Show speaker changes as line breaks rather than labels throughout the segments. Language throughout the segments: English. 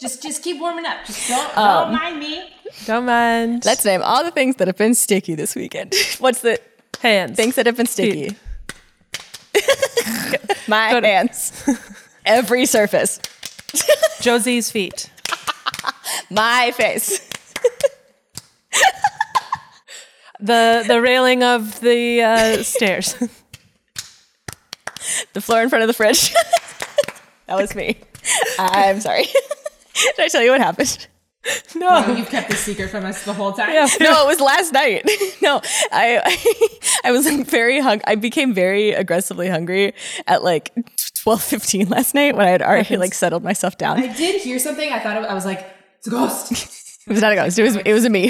Just just keep warming up. Just don't, don't mind me.
Don't mind.
Let's name all the things that have been sticky this weekend. What's the
hands.
things that have been sticky? My
Go to-
hands. Every surface.
Josie's feet.
My face.
The the railing of the uh, stairs.
The floor in front of the fridge. that was me. I'm sorry. Did I tell you what happened?
Oh, you've kept this secret from us the whole time.
Yeah.
no, it was last night. No, I I was like very hung. I became very aggressively hungry at like twelve fifteen last night when I had already like settled myself down.
I did hear something. I thought it, I was like, it's a ghost.
It was not a ghost. It was it was a me.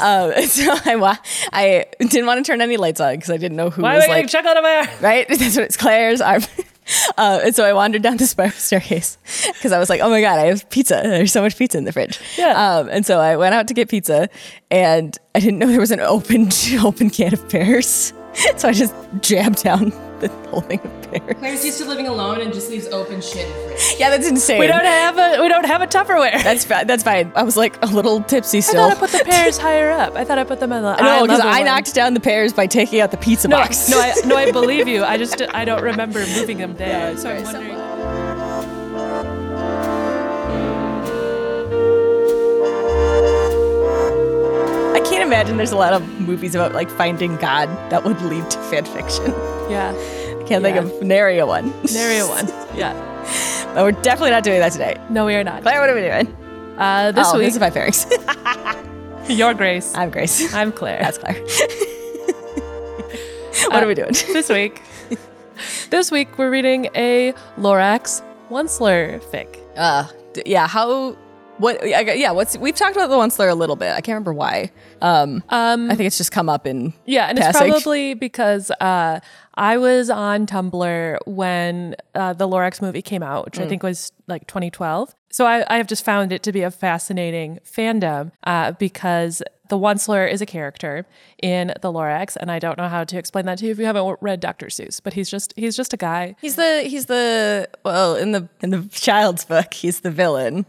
Um, so I wa- I didn't want to turn any lights on because I didn't know who
Why am I
was
getting
like
chocolate on my arm?
right. That's what it's Claire's arm. Uh, and so I wandered down the spiral staircase because I was like, "Oh my god, I have pizza! There's so much pizza in the fridge."
Yeah.
Um, and so I went out to get pizza, and I didn't know there was an open open can of pears, so I just jammed down the whole thing of pears.
Claire's used to living alone and just leaves open shit in the fridge.
Yeah, that's insane.
We don't have a we don't have a Tupperware.
that's fi- that's fine. I was like a little tipsy
I
still.
thought I put the pears higher up. I thought I put them in the.
no, because
love
I
one.
knocked down the pears by taking out the pizza
No, I-
box.
no, I, no, I believe you. I just I don't remember moving them there, so I'm wondering.
I can't imagine there's a lot of movies about like finding God that would lead to fan fiction.
Yeah,
I can't think of nary a one.
nary a one. Yeah,
But we're definitely not doing that today.
no, we are not.
Claire, what are we doing?
Uh, this
oh,
week,
these are my pairings.
your grace.
I'm Grace.
I'm Claire.
That's Claire. what
Uh,
are we doing?
this week. this week we're reading a Lorax Onceler fic.
Uh, d- yeah. How? What? I got- Yeah. What's? We've talked about the one slur a little bit. I can't remember why. Um,
Um,
I think it's just come up in.
yeah, and
passing.
it's probably because uh, I was on Tumblr when uh, the Lorax movie came out, which I
Mm.
think was like 2012. So I, I have just found it to be a fascinating fandom uh, because the Onceler is a character in the Lorax, and I don't know how to explain that to you if you haven't read Dr. Seuss. But he's just he's just a guy.
He's the he's the well in the in the child's book he's the villain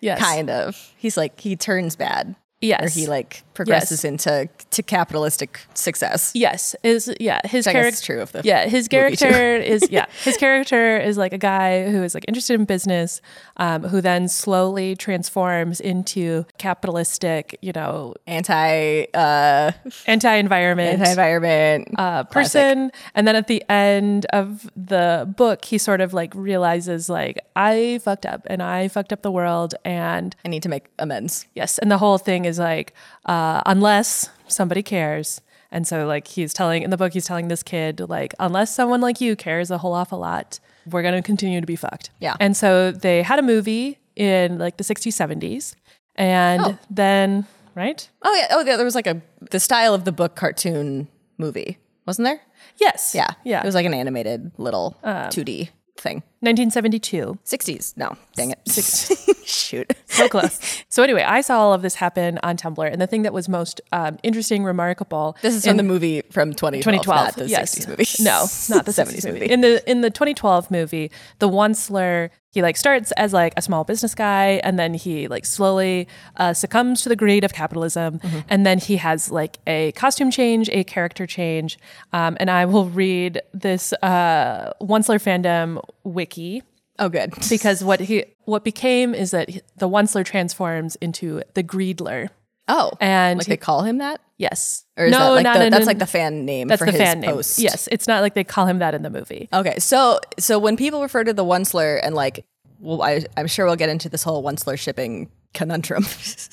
Yes,
kind of he's like he turns bad
Yes,
or he like progresses into to capitalistic success.
Yes, is yeah his
I guess
character.
it's true of the
yeah his
movie, too.
character is yeah his character is like a guy who is like interested in business, um, who then slowly transforms into capitalistic, you know,
Anti uh,
anti-environment.
anti environment
uh, person and then at the end of the book he sort of like realizes like i fucked up and i fucked up the world and
I need to make amends.
Yes, and the whole thing is like, uh, unless somebody cares. And so, like, he's telling in the book, he's telling this kid, like, unless someone like you cares a whole awful lot, we're going to continue to be fucked.
Yeah.
And so they had a movie in like the 60s, 70s. And
Oh.
then, right?
Oh yeah. Oh yeah. There was like a the style of the book cartoon movie, wasn't there?
Yes.
Yeah.
Yeah. Um,
It was like an animated little two D thing.
1972.
Sixties. No. Dang it. Shoot.
so close. So anyway, I saw all of this happen on Tumblr, and the thing that was most um, interesting, remarkable.
This is from the movie from 2012,
2012
not the
yes.
60s movie.
No, not the 70s movie. In the in the 2012 movie, the Onceler he like starts as like a small business guy, and then he like slowly uh, succumbs to the greed of capitalism,
Mm-hmm.
and then he has like a costume change, a character change, um, and I will read this uh, Onceler fandom wiki
Oh, good.
because what he what became is that he- the Onceler transforms into the Greedler.
Oh,
And
like
he-
they call him that,
Yes.
or is that like
not
the,
in
that's
an-
like the fan name
that's
for
the
his
fan
post.
name. Yes, it's not like they call him that in the movie.
Okay, so so when people refer to the one slur and like, well, I, I'm sure we'll get into this whole one slur shipping conundrum.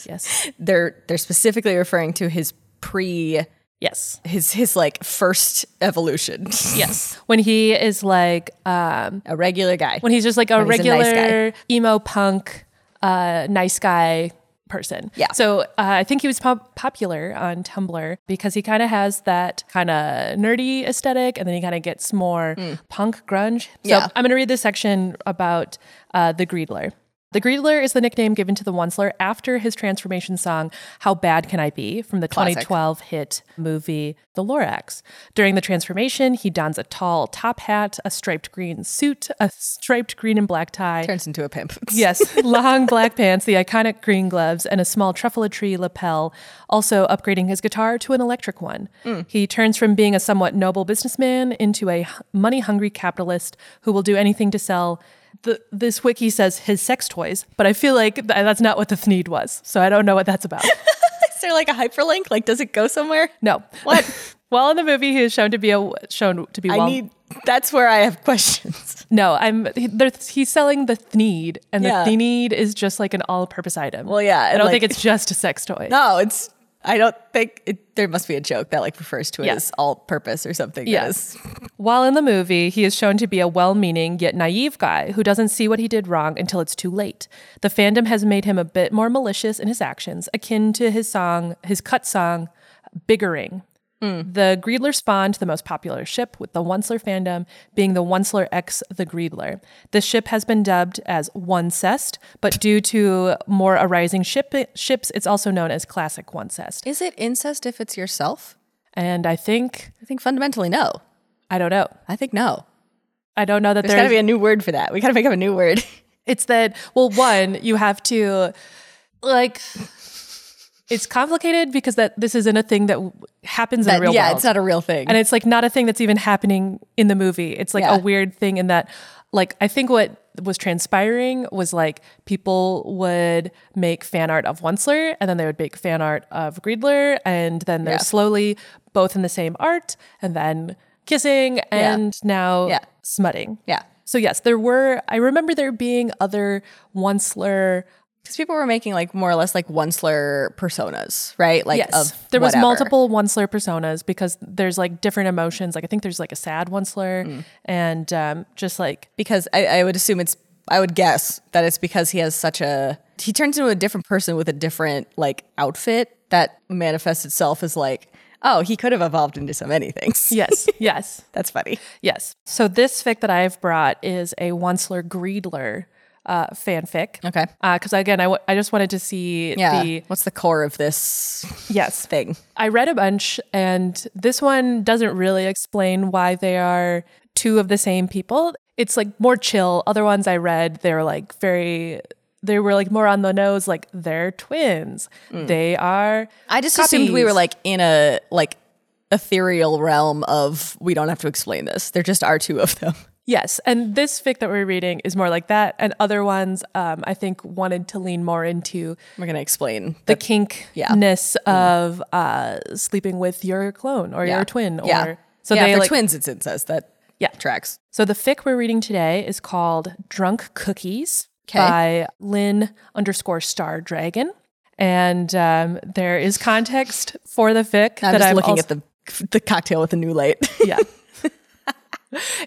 Yes.
they're they're specifically referring to his pre
Yes.
his his like first evolution.
Yes. When he is like um
a regular guy.
when he's just like a
When he's a
regular
nice guy.
emo punk uh nice guy person.
Yeah.
So uh, I think he was pop- popular on Tumblr because he kind of has that kind of nerdy aesthetic and then he kind of gets more punk grunge. So
Hmm. Yeah.
I'm going to read this section about uh the Greedler. The Greedler is the nickname given to the Onceler after his transformation song, How Bad Can I Be, from the
Classic.
2012 hit movie The Lorax. During the transformation, he dons a tall top hat, a striped green suit, a striped green and black tie,
Turns into a pimp.
Yes, long black pants, the iconic green gloves, and a small truffle tree lapel, also upgrading his guitar to an electric one.
Mm.
He turns from being a somewhat noble businessman into a money hungry capitalist who will do anything to sell. The, this wiki says his sex toys, but I feel like th- that's not what the need was. So I don't know what that's about.
Is there like a hyperlink? Like, does it go somewhere?
No.
What?
While in the movie, he is shown to be a shown to be.
I
well-
need. That's where I have questions.
no. I'm. He, they're- he's selling the need, and
Yeah.
the need is just like an all-purpose item.
Well, yeah,
I
and,
don't
like-
think it's just a sex toy.
No, it's. I don't think it, there must be a joke that like refers to it
Yeah.
as all-purpose or something. that
Yes.
is-
While in the movie, he is shown to be a well meaning yet naive guy who doesn't see what he did wrong until it's too late. The fandom has made him a bit more malicious in his actions, akin to his song, his cut song, Biggering. The Greedler spawned the most popular ship with the Onceler fandom being the Onceler X the Greedler. This ship has been dubbed as One Cest, but due to more arising ship, ships, it's also known as Classic One Cest.
Is it incest if it's yourself?
And I think,
I think fundamentally no.
I don't know.
I think no.
I don't know that
There's
there's
got to be a new word for that. We got to make up a new word.
It's that well, one, you have to like it's complicated because that this isn't a thing that w- happens in
That-
the real
Uh, yeah,
world.
it's not a real thing.
and it's like not a thing that's even happening in the movie. It's like
Yeah.
a weird thing in that like I think what was transpiring was like people would make fan art of Onceler and then they would make fan art of Greedler and then they're
Yeah.
slowly both in the same art and then kissing and now
Yeah.
smutting.
yeah,
So yes, there were. I remember there being other onceler.
because people were making like more or less like onceler personas, right? Like
Yes,
of
there was
whatever.
multiple onceler personas because there's like different emotions. Like I think there's like a sad onceler and um, just like
because I, I would assume it's I would guess that it's because he has such a he turns into a different person with a different like outfit that manifests itself as like oh he could have evolved into so many things.
yes, yes,
That's funny.
yes. So this fic that I've brought is a onceler greedler uh, fanfic.
Okay.
Because again, I, w- I just wanted to see
Yeah.
the
What's the core of this
yes
thing?
I read a bunch, and this one doesn't really explain why they are two of the same people. It's like more chill. Other ones I read, they're like very, they were like more on the nose, like they're twins.
Mm.
They are.
I just assumed we
copies.
were like in a like ethereal realm of we don't have to explain this. There just are two of them.
Yes. And this fic that we're reading is more like that. And other ones, um, I think, wanted to lean more into
We're gonna explain
the
Mm.
kinkness of uh, sleeping with your clone or your twin. Or,
Yeah.
So
yeah,
they
if they're
like,
twins. It's incest. That
Yeah.
tracks.
So the fic we're reading today is called Drunk Cookies
Okay.
by Lynn underscore star dragon. And um, there is context for the fic
I'm
that
just
I'm
looking
also-
at the the cocktail with a new light.
yeah.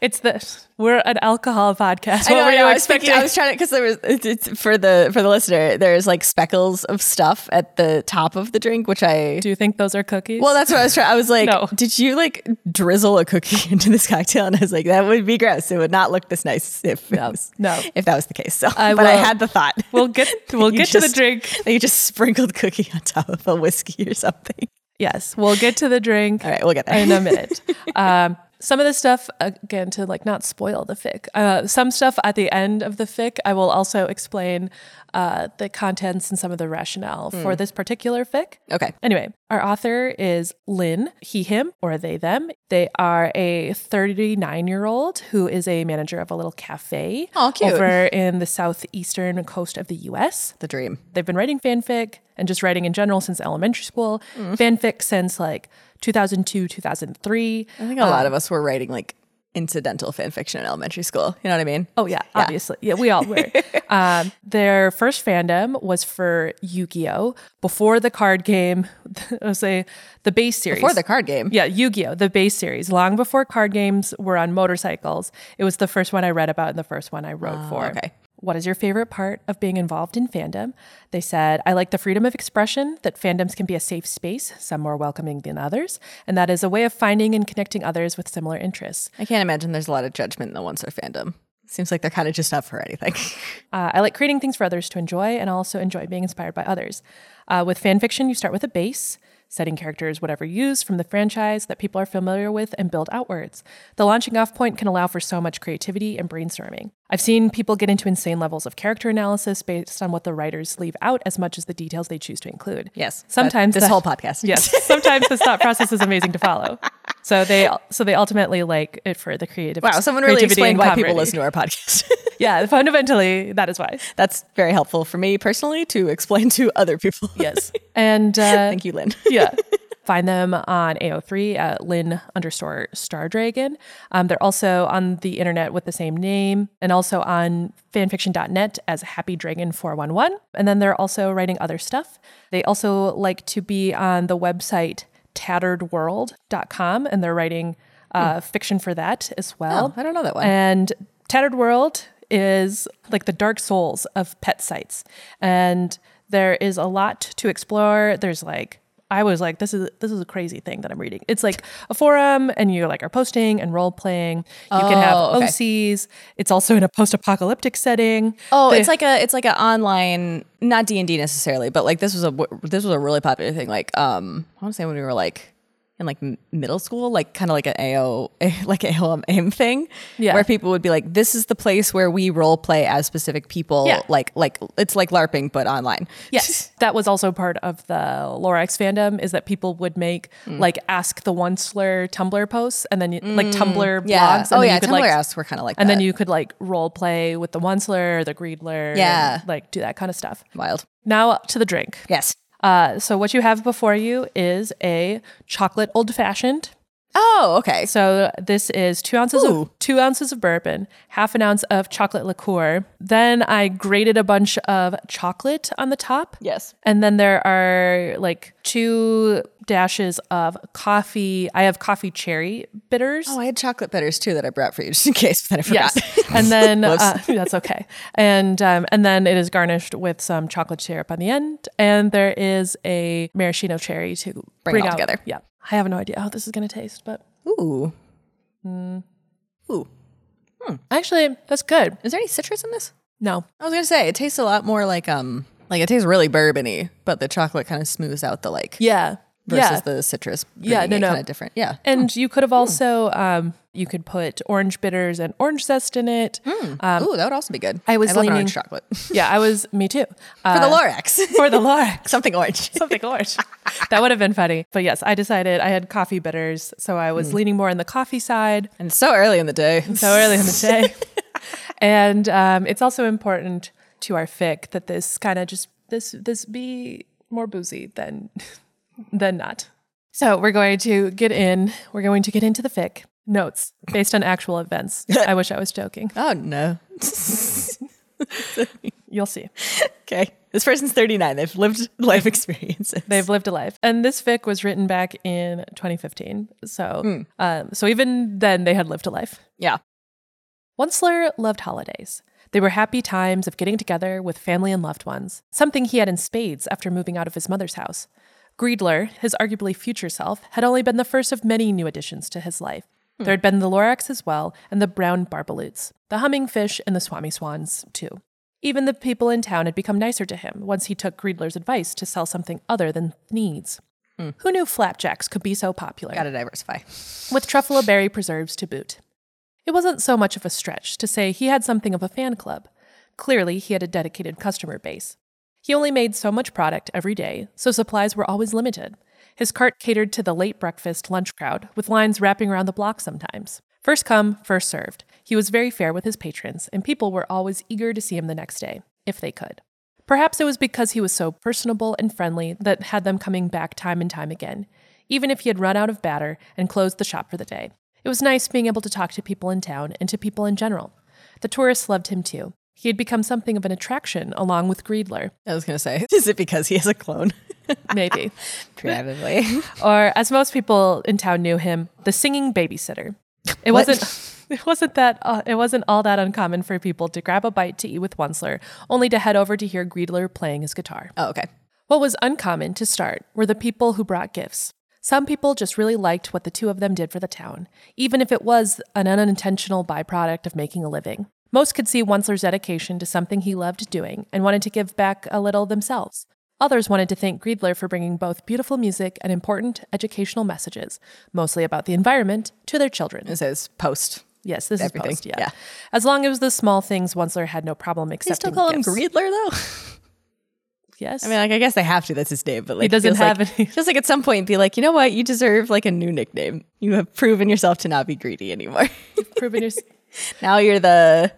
it's this. We're an alcohol podcast. What
I
were
know, I
you
know, I was
expecting?
thinking- I was trying to because there was it's, it's- for the for the listener. There's like speckles of stuff at the top of the drink, which I.
Do you think those are cookies?
Well, that's what I was trying. I was like,
No.
did you like drizzle a cookie into this cocktail? And I was like, that would be gross. It would not look this nice if it was,
no.
if that was the case. So,
I
but I
will-
had the thought.
we'll get we'll
You
get to the
just-
drink.
that you just sprinkled cookie on top of a whiskey or something.
Yes, we'll get to the drink.
All right, we'll get there.
in a minute. um, some of the stuff, again, to like not spoil the fic. Uh, some stuff at the end of the fic, I will also explain uh, the contents and some of the rationale
Hmm.
for this particular fic.
Okay.
Anyway, our author is Lynn, he, him, or they, them. They are a 39 year old who is a manager of a little cafe
Aw, cute.
over in the southeastern coast of the US
The dream.
they've been writing fanfic and just writing in general since elementary school. Fanfic since like 2002, 2003.
I think a lot of us were writing like incidental fan fiction in elementary school. You know what I mean?
Oh yeah, obviously. Yeah, we all were. um, their first fandom was for Yu-Gi-Oh! Before the card game, I'll say the base series.
for the card game.
Yeah, Yu-Gi-Oh, the base series. Long before card games were on motorcycles, it was the first one I read about and the first one I wrote for.
Ah, okay.
What is your favorite part of being involved in fandom? They said, I like the freedom of expression, that fandoms can be a safe space, some more welcoming than others, and that is a way of finding and connecting others with similar interests.
I can't imagine there's a lot of judgment in the Once Are fandom. Seems like they're kind of just up for anything.
Uh, I like creating things for others to enjoy and also enjoy being inspired by others. Uh, with fan fiction, you start with a base, setting characters whatever you use from the franchise that people are familiar with and build outwards. The launching off point can allow for so much creativity and brainstorming. I've seen people get into insane levels of character analysis based on what the writers leave out as much as the details they choose to include.
Yes, but
Sometimes
this
that-
whole podcast.
Yes. Sometimes this thought process is amazing to follow. So they so they ultimately like it for the creative.
Wow, someone really
creativity
explained
and
why people
comedy.
listen to our podcast.
Yeah, fundamentally that is why.
That's very helpful for me personally to explain to other people.
Yes. And uh,
Thank you, Lynn.
yeah. Find them on AO3 at Lynn underscore Star Dragon. Um, they're also on the internet with the same name and also on fanfiction.net as Happy Dragon 411. And then they're also writing other stuff. They also like to be on the website tatteredworld.com and they're writing uh, fiction for that as well.
Hmm. Oh, I don't know that one.
And Tattered World is like the dark souls of pet sites. And there is a lot to explore. There's like I was like, this is this is a crazy thing that I'm reading. It's like a forum and you like are posting and role playing. You can have
Oh, okay.
OCs. It's also in a post-apocalyptic setting.
Oh,
The-
it's like a it's like an online, not D and D necessarily, but like this was a w- this was a really popular thing. Like, um, I want to say when we were like in like m- middle school, like kind of like an AO eh, like AOM AIM thing,
Yeah.
where people would be like, "This is the place where we role play as specific people."
Yeah.
Like like it's like LARPing but online.
Yes, that was also part of the Lorax fandom is that people would make
Mm.
like ask the one slur Tumblr posts and then you, like Tumblr
Yeah.
blogs. And
oh
then
yeah.
you could,
Tumblr
like,
asks were kind of like
and
that.
then you could like role play with the Onceler or the Greedler. and,
Yeah.
like do that kind of stuff.
wild.
Now to the drink.
Yes.
Uh, so what you have before you is a chocolate old fashioned.
Oh okay.
So this is two ounces
Ooh.
of two ounces of bourbon, half an ounce of chocolate liqueur. Then I grated a bunch of chocolate on the top.
Yes.
And then there are like two dashes of coffee. I have coffee cherry bitters.
Oh, I had chocolate bitters too that I brought for you just in case, but then I forgot.
Yes, and then uh, that's okay. And um, and then it is garnished with some chocolate syrup on the end, and there is a maraschino cherry to bring,
it all
out.
together.
Yeah, I have no idea how this is going to taste, but
Ooh. Ooh.
actually, that's good.
Is there any citrus in this?
No,
I was gonna say it tastes a lot more like um like it tastes really bourbony, but the chocolate kind of smooths out the like
yeah,
versus
yeah.
the Hmm. citrus.
Yeah, no, no.
kind of different. Yeah,
and you could have also um, you could put orange bitters and orange zest in it.
ooh, that would also be good.
Um, I was
love an
leaning-
orange chocolate for
Yeah, I was me too uh,
the Lorax,
for the Lorax.
something orange.
something orange. that would have been funny. But yes, I decided I had coffee bitters, so I
Hmm.
was leaning more on the coffee side.
And it's so early in the day.
so early in the day. and um, it's also important to our fic that this kind of just this this be more boozy than than not. So we're going to get in. We're going to get into the fic notes based on actual events. I wish I was joking.
Oh no.
You'll see.
Okay, this person's thirty nine. They've lived life experiences.
They've lived a life. And this fic was written back in 2015. So um, so even then they had lived a life.
yeah.
Onceler loved holidays. They were happy times of getting together with family and loved ones, something he had in spades after moving out of his mother's house. Greedler, his arguably future self, had only been the first of many new additions to his life. There had been the Lorax as well, and the brown barbaloots, the humming fish, and the swami swans, too. Even the people in town had become nicer to him once he took Greedler's advice to sell something other than needs. Who knew flapjacks could be so popular?
Got to diversify.
with truffle berry preserves to boot. It wasn't so much of a stretch to say he had something of a fan club. Clearly, he had a dedicated customer base. He only made so much product every day, so supplies were always limited. His cart catered to the late breakfast lunch crowd, with lines wrapping around the block sometimes. First come, first served. He was very fair with his patrons, and people were always eager to see him the next day, if they could. Perhaps it was because he was so personable and friendly that had them coming back time and time again, even if he had run out of batter and closed the shop for the day. It was nice being able to talk to people in town and to people in general. The tourists loved him too. He had become something of an attraction along with Greedler,
I was gonna say, is it because he has a clone?
maybe.
Preemptively.
or as most people in town knew him, the singing babysitter. It
What?
wasn't. It wasn't that. Uh, it wasn't all that uncommon for people to grab a bite to eat with Onceler, only to head over to hear Greedler playing his guitar.
oh, okay.
What was uncommon to start were the people who brought gifts. Some people just really liked what the two of them did for the town, even if it was an unintentional byproduct of making a living. Most could see Onceler's dedication to something he loved doing and wanted to give back a little themselves. Others wanted to thank Griedler for bringing both beautiful music and important educational messages, mostly about the environment, to their children.
It says post.
Yes, this
Everything,
is post. Yeah.
yeah.
As long as the small things, Onceler had no problem accepting.
They still call him
gifts.
Griedler though.
Yes.
I mean, like, I guess they have to. That's his name, but like, it
doesn't
feels
have
like,
any.
Feels like at some point, be like, you know what? You deserve like a new nickname. You have proven yourself to not be greedy anymore.
proven your.
now you're the,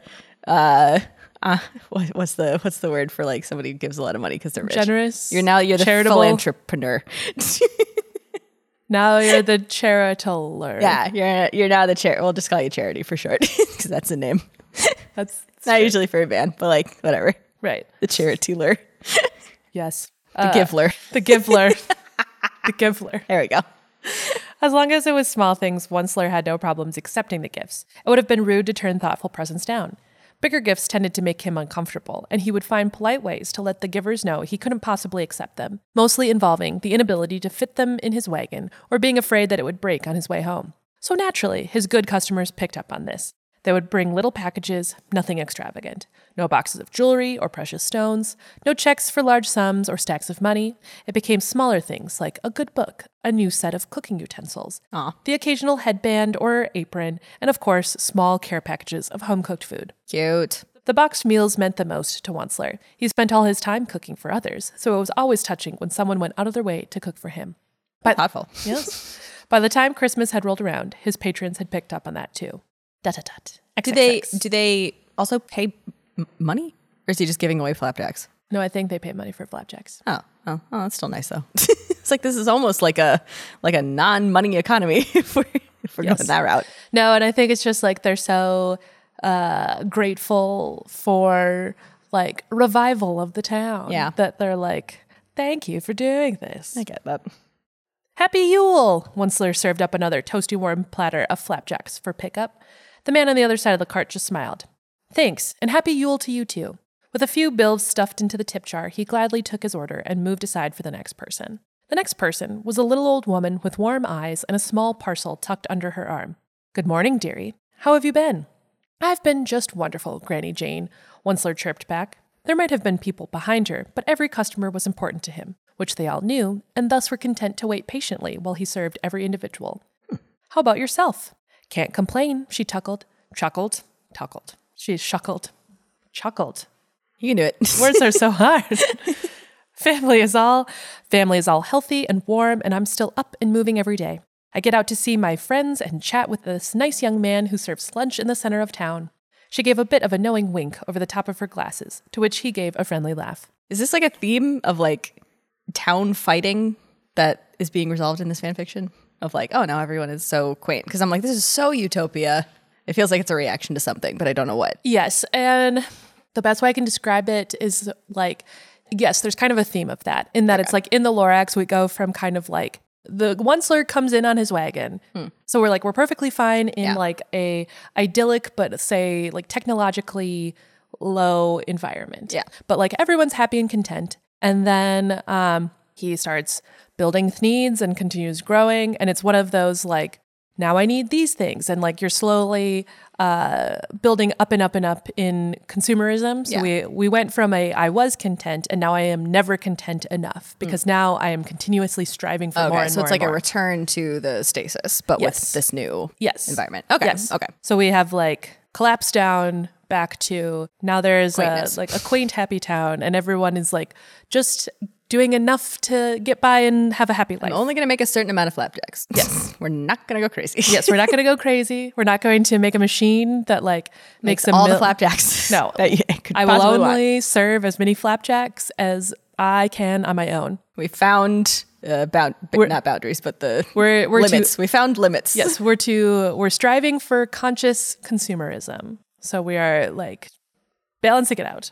uh, uh what, what's the what's the word for like somebody who gives a lot of money because they're rich?
Generous,
You're now you're the
charitable.
philanthropreneur.
Now you're the charitaler.
yeah, you're you're now the chair. We'll just call you charity for short because that's a name.
That's
It's not usually for a band, but like whatever.
right.
The charity-ler.
Yes.
the givler.
The Givler. the Givler.
There we go.
As long as it was small things, Onceler had no problems accepting the gifts. It would have been rude to turn thoughtful presents down. Bigger gifts tended to make him uncomfortable, and he would find polite ways to let the givers know he couldn't possibly accept them, mostly involving the inability to fit them in his wagon or being afraid that it would break on his way home. So naturally, his good customers picked up on this. They would bring little packages, nothing extravagant. No boxes of jewelry or precious stones, no checks for large sums or stacks of money. It became smaller things like a good book, a new set of cooking utensils, the occasional headband or apron, and of course, small care packages of home cooked food.
Cute.
The boxed meals meant the most to Onceler. He spent all his time cooking for others, so it was always touching when someone went out of their way to cook for him. But
Thoughtful.
Yes. By the time Christmas had rolled around, his patrons had picked up on that too. Dot dot dot.
Do they do they also pay m- money, or is he just giving away flapjacks?
No, I think they pay money for flapjacks.
Oh, oh, oh that's still nice though. it's like this is almost like a like a non money economy if we're if we're
Yes.
going that route.
No, and I think it's just like they're so uh, grateful for like revival of the town.
Yeah.
That they're like, thank you for doing this.
I get that.
Happy Yule! Onceler served up another toasty warm platter of flapjacks for pickup. The man on the other side of the cart just smiled. Thanks, and happy Yule to you too. With a few bills stuffed into the tip jar, he gladly took his order and moved aside for the next person. The next person was a little old woman with warm eyes and a small parcel tucked under her arm. Good morning, dearie. How have you been? I've been just wonderful, Granny Jane, Onceler chirped back. There might have been people behind her, but every customer was important to him, which they all knew, and thus were content to wait patiently while he served every individual. How about yourself? Can't complain, she tuckled, chuckled, tuckled. She shuckled, chuckled.
You can do it.
Words are so hard. family is all family is all healthy and warm, and I'm still up and moving every day. I get out to see my friends and chat with this nice young man who serves lunch in the center of town. She gave a bit of a knowing wink over the top of her glasses, to which he gave a friendly laugh.
is this like a theme of like town fighting that is being resolved in this fan fiction of like oh now everyone is so quaint because I'm like this is so utopia. It feels like it's a reaction to something, but I don't know what.
Yes, and the best way I can describe it is like, yes, there's kind of a theme of that in that it's like in the Lorax we go from kind of like the one slurg comes in on his wagon, so we're like we're perfectly fine in like a idyllic but say like technologically low environment.
Yeah.
but like everyone's happy and content, and then um, he starts building needs and continues growing, and it's one of those like now I need these things. And like you're slowly uh, building up and up and up in consumerism. So we, we went from a I was content and now I am never content enough because now I am continuously striving for more.
Mm. Okay,
And
so
more
it's
and
like a
more.
return to the stasis, but
Yes.
with this new
yes.
environment. Okay,
Yes.
okay.
So we have like collapse down back to now there's a,
Quaintness.
like a quaint happy town and everyone is like just doing enough to get by and have a happy life.
I'm only going to make a certain amount of flapjacks. Yes. We're not going to go crazy.
yes, we're not going to go crazy. We're not going to make a machine that like makes,
Makes
a
all the
mil-
flapjacks.
No.
that you could
I will
possibly want.
only serve as many flapjacks as I can on my own.
We found uh, bound, not boundaries, but the
We're- we're too-
limits. we found limits.
Yes, we're to we're striving for conscious consumerism. So we are like balancing it out.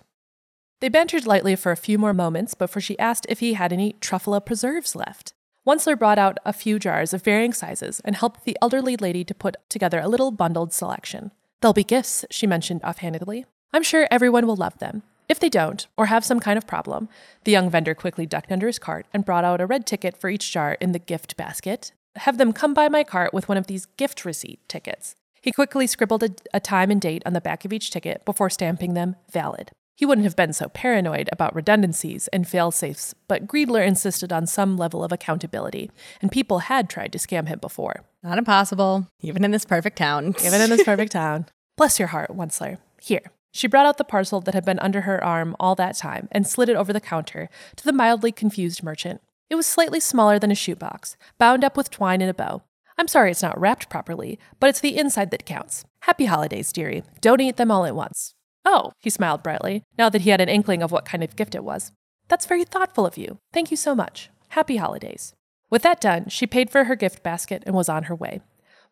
They bantered lightly for a few more moments before she asked if he had any truffula preserves left. Onceler brought out a few jars of varying sizes and helped the elderly lady to put together a little bundled selection. They'll be gifts, she mentioned offhandedly. I'm sure everyone will love them. If they don't, or have some kind of problem, the young vendor quickly ducked under his cart and brought out a red ticket for each jar in the gift basket. Have them come by my cart with one of these gift receipt tickets. He quickly scribbled a, a time and date on the back of each ticket before stamping them valid. He wouldn't have been so paranoid about redundancies and fail-safes, but Griedler insisted on some level of accountability, and people had tried to scam him before.
Not impossible, even in this perfect town.
Even in this perfect town. Bless your heart, Wentzler. Here. She brought out the parcel that had been under her arm all that time and slid it over the counter to the mildly confused merchant. It was slightly smaller than a shoebox, bound up with twine and a bow. I'm sorry it's not wrapped properly, but it's the inside that counts. Happy holidays, dearie. Don't eat them all at once. Oh, he smiled brightly, now that he had an inkling of what kind of gift it was. That's very thoughtful of you. Thank you so much. Happy holidays. With that done, she paid for her gift basket and was on her way.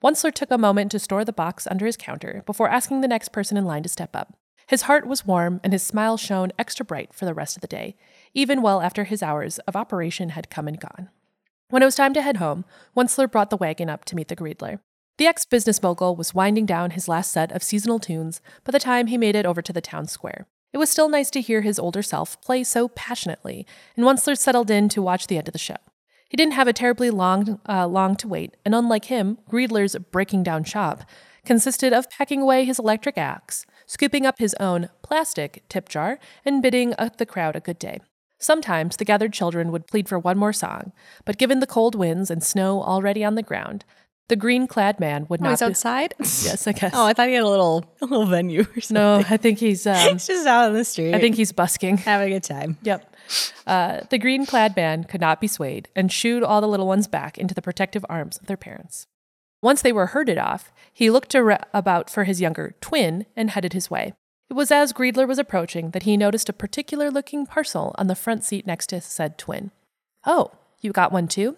Onceler took a moment to store the box under his counter before asking the next person in line to step up. His heart was warm and his smile shone extra bright for the rest of the day, even well after his hours of operation had come and gone. When it was time to head home, Wentzler brought the wagon up to meet the Greedler. The ex business mogul was winding down his last set of seasonal tunes by the time he made it over to the town square. It was still nice to hear his older self play so passionately, and Wentzler settled in to watch the end of the show. He didn't have a terribly long, uh, long to wait, and unlike him, Greedler's breaking down shop consisted of packing away his electric axe, scooping up his own plastic tip jar, and bidding uh, the crowd a good day. Sometimes the gathered children would plead for one more song, but given the cold winds and snow already on the ground, the green clad man would
Oh,
not
he's
be-
outside?
Yes, I guess.
Oh, I thought he had a little a little venue or something.
no, I think he's um,
He's just out on the street.
I think he's busking.
having a good time.
Yep. Uh, the green clad man could not be swayed and shooed all the little ones back into the protective arms of their parents. Once they were herded off, he looked ar- about for his younger twin and headed his way. It was as Griedler was approaching that he noticed a particular looking parcel on the front seat next to said twin. Oh, you got one too?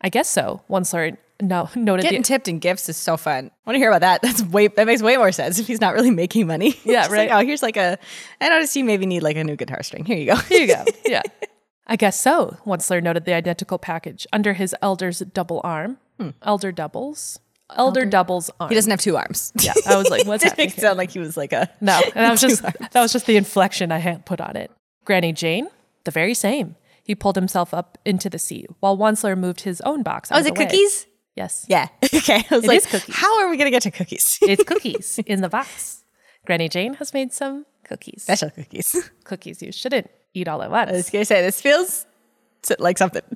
I guess so, Onceler no- noted the
Getting tipped in gifts is so fun. I want to hear about that. That's way that makes way more sense if he's not really making money.
Yeah,
Just like,
right.
oh, here's like a. I noticed you maybe need like a new guitar string. Here you go. Here
you go. Yeah. I guess so. Onceler noted the identical package under his elder's double arm. Elder doubles. Elder, doubles arm.
he doesn't have two arms.
yeah. I was like, what's
Didn't
happening?
make it
here?
sound like he was like a
No. And that was
Two
just
arms.
that was just the inflection I had put on it. Granny Jane, the very same. He pulled himself up into the seat while Onceler moved his own box.
Oh, is it cookies?
Yes.
Yeah. Okay. I was like,
is cookies.
how are we gonna get to cookies?
It's cookies in the box. Granny Jane has made some cookies.
Special cookies.
cookies you shouldn't eat all at
I
once.
was gonna say this feels s- like something.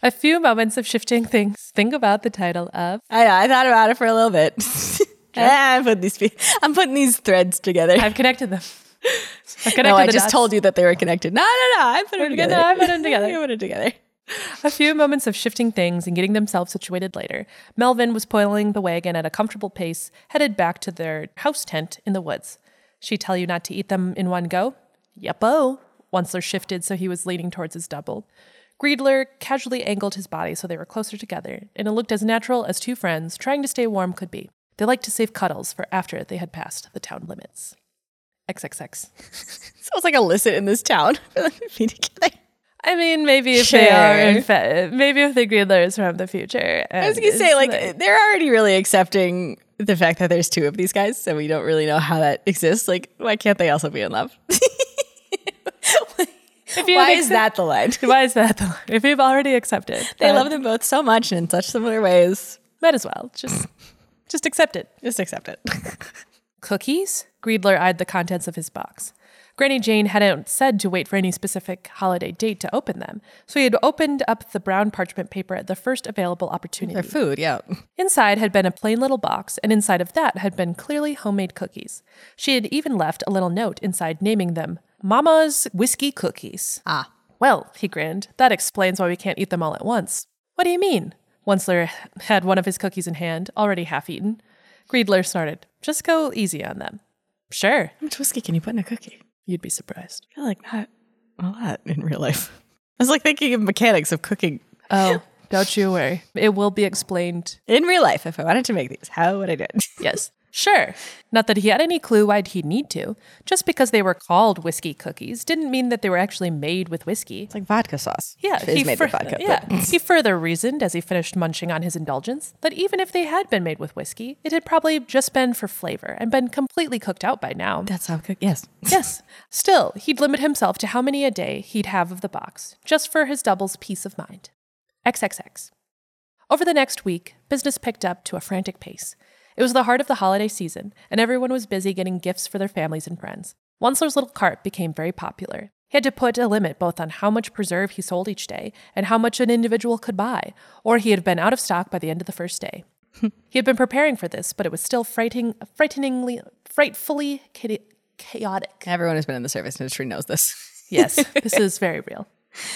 A few moments of shifting things. Think about the title of
I know. I thought about it for a little bit. Ah, I'm putting these. fe- I'm putting these threads together.
I've connected them. I've connected
no, I
the
just
dots.
told you that they were connected. No, no, no. I put them
together.
together.
I put 'em together.
I put 'em together.
A few moments of shifting things and getting themselves situated later, Melvin was pulling the wagon at a comfortable pace, headed back to their house tent in the woods. She tell you not to eat them in one go? Yep-o. Onceler shifted so he was leaning towards his double. Greedler casually angled his body so they were closer together, and it looked as natural as two friends trying to stay warm could be. They liked to save cuddles for after they had passed the town limits. XXX.
Sounds like illicit in this town. Let me be together.
I mean, maybe if they are, in
Sure.
fact, maybe if the Greenler is from the future.
I was gonna say, like, they're already really accepting the fact that there's two of these guys, so we don't really know how that exists. Like, why can't they also be in love?
if you
Why
accept-
is that the line?
Why is that? The, if you've already accepted,
They
then
love them both so much and in such similar ways.
Might as well just, just accept it.
Just accept it.
Cookies? Griedler eyed the contents of his box. Granny Jane hadn't said to wait for any specific holiday date to open them, so he had opened up the brown parchment paper at the first available opportunity.
food, yeah.
Inside had been a plain little box, and inside of that had been clearly homemade cookies. She had even left a little note inside naming them Mama's Whiskey Cookies.
Ah.
Well, he grinned, that explains why we can't eat them all at once. What do you mean? Onceler had one of his cookies in hand, already half eaten. Greedler snorted, Just go easy on them. Sure,
How much whiskey can you put in a cookie?
you'd be surprised.
I feel like not a lot in real life. I was like thinking of mechanics of cooking
Oh, don't you worry. It will be explained
in real life. If I wanted to make these, how would I do it?
Yes. Sure. Not that he had any clue why he'd need to. Just because they were called whiskey cookies didn't mean that they were actually made with whiskey.
It's like vodka sauce.
Yeah,
it's made with
fur-
vodka.
yeah.
but-
he further reasoned as he finished munching on his indulgence that even if they had been made with whiskey, it had probably just been for flavor and been completely cooked out by now.
that's how cook. Yes,
yes. Still, he'd limit himself to how many a day he'd have of the box, just for his double's peace of mind. XXX. Over the next week, business picked up to a frantic pace. It was the heart of the holiday season, and everyone was busy getting gifts for their families and friends. Onceler's little cart became very popular. He had to put a limit both on how much preserve he sold each day and how much an individual could buy, or he had been out of stock by the end of the first day. he had been preparing for this, but it was still frightening, frighteningly, frightfully cha- chaotic.
Everyone who's been in the service industry knows this.
Yes, this is very real.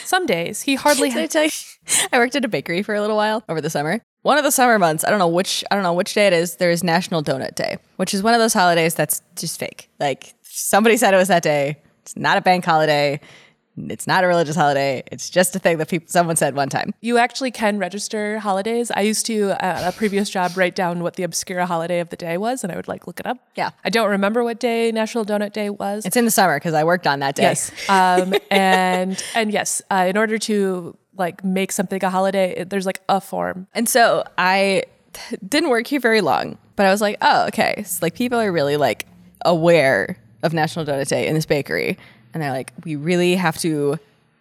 Some days he hardly
Did I
had.
tell you? I worked at a bakery for a little while over the summer. One of the summer months, I don't know which, I don't know which day it is. There is National Donut Day, which is one of those holidays that's just fake. Like somebody said it was that day. It's not a bank holiday. It's not a religious holiday. It's just a thing that people, someone said one time.
You actually can register holidays. I used to uh, at a previous job write down what the obscure holiday of the day was, and I would like look it up.
Yeah.
I don't remember what day National Donut Day was.
It's in the summer because I worked on that day.
Yes. Um, and and yes, uh, in order to like make something a holiday, it, there's like a form.
And so I t- didn't work here very long, but I was like, oh, okay. It's like people are really like aware of National Donut Day in this bakery. And they're like, we really have to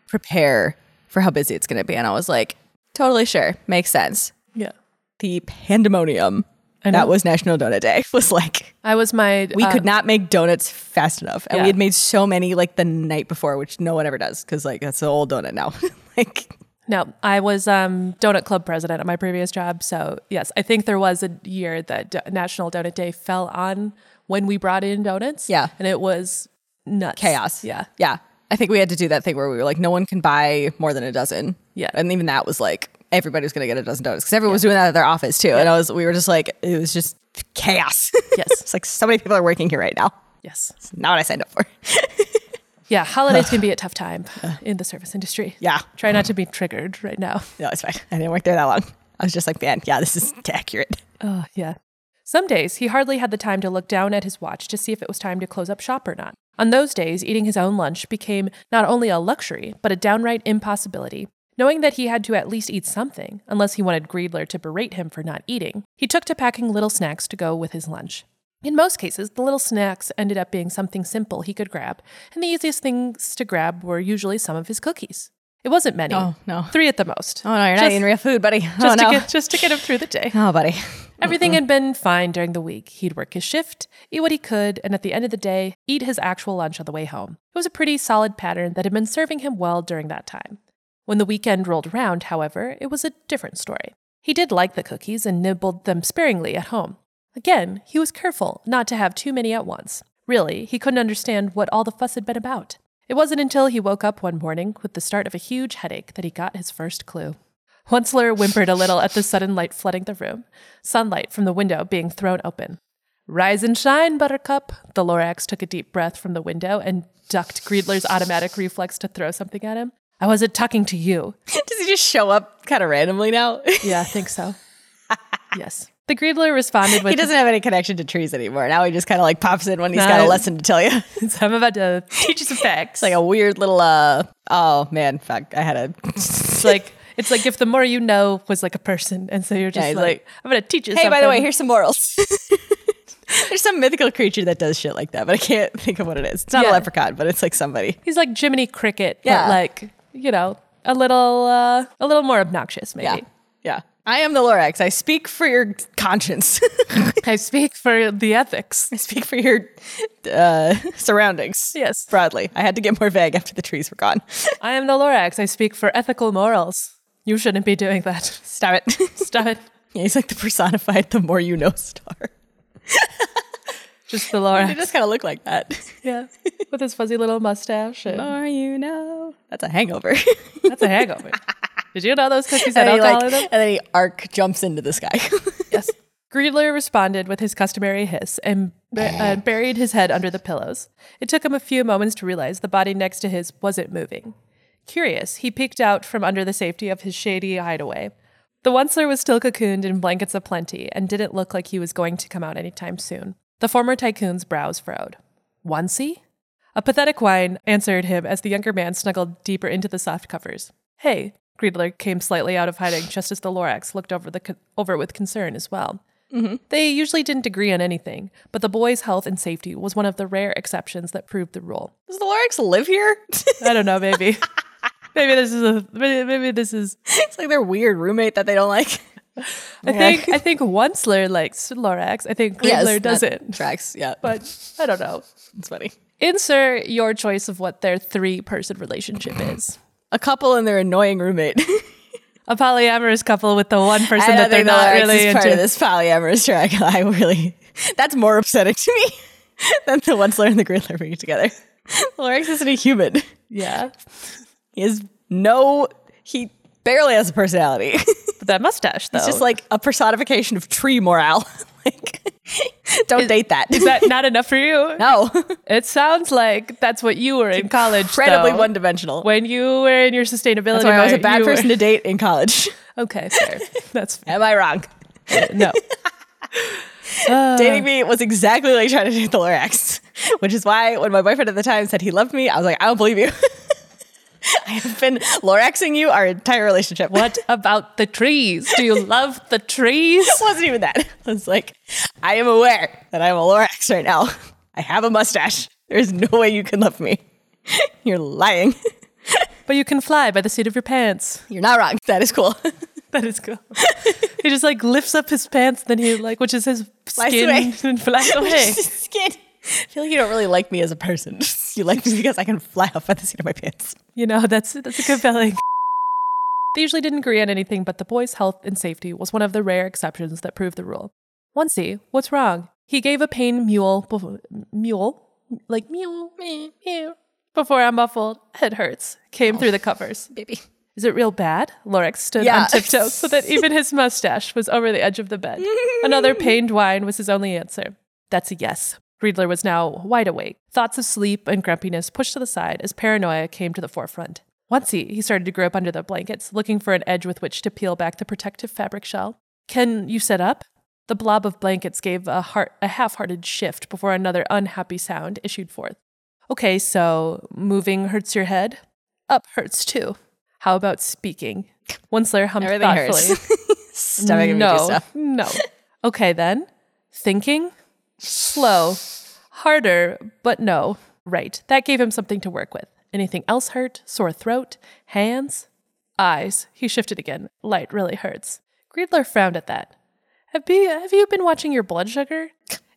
prepare for how busy it's going to be. And I was like, totally sure. Makes sense.
Yeah.
The pandemonium that was National Donut Day was like,
I was my
we
uh,
could not make donuts fast enough. And
yeah.
we had made so many like the night before, which no one ever does because like that's the old donut now. like,
No, I was um, Donut Club president at my previous job. So, yes, I think there was a year that D- National Donut Day fell on when we brought in donuts.
Yeah.
And it was nuts.
chaos.
Yeah.
Yeah. I think we had to do that thing where we were like, no one can buy more than a dozen.
Yeah.
And even that was like, everybody was going to get a dozen donuts because everyone was doing that at their office too. And I was, we were just like, it was just chaos.
Yes.
it's like so many people are working here right now.
Yes.
It's not what I signed up for.
Yeah. Holidays can be a tough time in the service industry.
Yeah.
Try not to be triggered right now.
No, it's fine. I didn't work there that long. I was just like, man, yeah, this is accurate.
Oh, yeah. Some days he hardly had the time to look down at his watch to see if it was time to close up shop or not. On those days, eating his own lunch became not only a luxury, but a downright impossibility. Knowing that he had to at least eat something, unless he wanted Greedler to berate him for not eating, he took to packing little snacks to go with his lunch. In most cases, the little snacks ended up being something simple he could grab, and the easiest things to grab were usually some of his cookies. It wasn't many.
Oh, no.
Three at the most.
Oh, no, you're
Just-
not eating real food, buddy. Oh,
just,
no.
to get, just to get him through the day.
oh, buddy.
Everything had been fine during the week. He'd work his shift, eat what he could, and at the end of the day, eat his actual lunch on the way home. It was a pretty solid pattern that had been serving him well during that time. When the weekend rolled around, however, it was a different story. He did like the cookies and nibbled them sparingly at home. Again, he was careful not to have too many at once. Really, he couldn't understand what all the fuss had been about. It wasn't until he woke up one morning with the start of a huge headache that he got his first clue. Onceler whimpered a little at the sudden light flooding the room, sunlight from the window being thrown open. Rise and shine, Buttercup! The Lorax took a deep breath from the window and ducked Greedler's automatic reflex to throw something at him. I wasn't talking to you.
Does he just show up kind of randomly now? he
Yeah, I think so. yes. The Greedler responded with,
doesn't have any connection to trees anymore. Now he just kind of like pops in when he's got
No.
a lesson to tell you.
I'm about to teach you some facts.
It's like a weird little uh oh man, fuck. I had a
it's like, it's like if the more you know was like a person. And so you're just
Yeah, he's
like,
like,
I'm going to teach you
Hey, by the way,
something."
here's some morals. There's some mythical creature that does shit like that, but I can't think of what it is. It's not
Yeah.
a leprechaun, but it's like somebody.
He's like Jiminy Cricket,
Yeah.
but like you know, a little uh, a little more obnoxious,
Yeah.
maybe.
Yeah. I am the Lorax. I speak for your conscience.
I speak for the ethics.
I speak for your uh, surroundings.
Yes,
Broadly. I had to get more vague after the trees were gone.
I am the Lorax. I speak for ethical morals. You shouldn't be doing that.
Stop it.
Stop it.
yeah, he's like the personified the more you know star.
Just the
He
Lorax.
just kind of look like that.
Yeah, with his fuzzy little mustache.
The
And
more you know. That's a hangover.
that's a hangover. Did you know those cookies had
and, he,
alcohol
like,
in them?
and then he arc jumps into the sky.
Yes. Greedler responded with his customary hiss and bu- uh, buried his head under the pillows. It took him a few moments to realize the body next to his wasn't moving. Curious, he peeked out from under the safety of his shady hideaway. The Onceler was still cocooned in blankets aplenty and didn't look like he was going to come out anytime soon. The former tycoon's brows furrowed. Oncey? A pathetic whine answered him as the younger man snuggled deeper into the soft covers. Hey, Greedler came slightly out of hiding just as the Lorax looked over the con- over with concern as well.
Mm-hmm.
They usually didn't agree on anything, but the boy's health and safety was one of the rare exceptions that proved the rule.
Does the Lorax live here?
I don't know, maybe, maybe this is a maybe, maybe this is
It's like their weird roommate that they don't like.
I think I think Onceler likes Lorax. I think
Yes,
Greenler
that
doesn't.
Tracks, yeah.
But I don't know.
it's funny.
Insert your choice of what their three person relationship is.
A couple and their annoying roommate.
A polyamorous couple with the one
I
person
don't
that they're
think the
not
lyrics
really
is part
into.
of this polyamorous track. I really, that's more upsetting to me than the one Slayer and the Great being together. Lorax isn't a human.
Yeah.
He has no. He barely has a personality.
But that mustache though.
It's just like a personification of tree morale. like, don't date that.
Is that not enough for you?
no,
It sounds like that's what you were in college.
incredibly
though.
one dimensional.
When you were in your sustainability,
That's why I was a
mode,
bad
you were-
person to date in college.
Okay, fair. That's
Am I wrong?
Uh-huh. no. Uh,
Dating me was exactly like trying to date the Lorax, which is why when my boyfriend at the time said he loved me, I was like, I don't believe you. I have been Loraxing you our entire relationship.
What about the trees? Do you love the trees?
It wasn't even that. I was like, I am aware that I'm a Lorax right now. I have a mustache. There is no way you can love me. You're lying.
But you can fly by the seat of your pants.
You're not wrong. That is cool.
That is cool. he just like lifts up his pants, then he like, which is his
Flies
skin,
away.
and flies away.
Skin. I feel like you don't really like me as a person. You like me because I can fly off by the seat of my pants.
You know, that's that's a compelling. They usually didn't agree on anything, but the boy's health and safety was one of the rare exceptions that proved the rule. Oncey, what's wrong? He gave a pain mule, bef- mule, like mule, meh, meow, before I'm muffled. It hurts. Came through the covers.
Baby.
Is it real bad? Lorax stood
Yeah.
on tiptoe so that even his mustache was over the edge of the bed. Another pained whine was his only answer. That's a yes. Riedler was now wide awake. Thoughts of sleep and grumpiness pushed to the side as paranoia came to the forefront. Once he, he started to grope under the blankets, looking for an edge with which to peel back the protective fabric shell. Can you set up? The blob of blankets gave a, heart, a half-hearted shift before another unhappy sound issued forth. Okay, so moving hurts your head. Up hurts too. How about speaking? Onceler hummed
Everything
thoughtfully.
hurts. Stop making me do
No,
stuff.
no. Okay then. Thinking? Slow. Harder, but no. Right. That gave him something to work with. Anything else hurt? Sore throat? Hands? Eyes. He shifted again. Light really hurts. Griedler frowned at that. Have, be, have you been watching your blood sugar?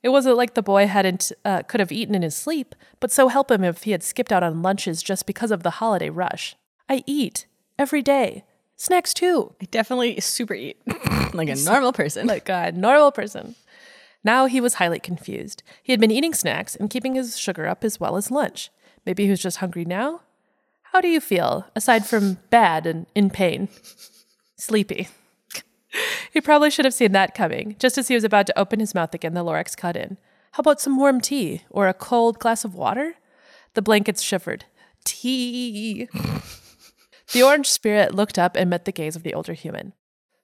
It wasn't like the boy hadn't uh, could have eaten in his sleep, but so help him if he had skipped out on lunches just because of the holiday rush. I eat every day. Snacks too.
I definitely super eat like a normal person.
like a normal person. Now he was highly confused. He had been eating snacks and keeping his sugar up as well as lunch. Maybe he was just hungry now? How do you feel, aside from bad and in pain? Sleepy. he probably should have seen that coming. Just as he was about to open his mouth again, the Lorax cut in. How about some warm tea or a cold glass of water? The blankets shivered. Tea. the orange spirit looked up and met the gaze of the older human.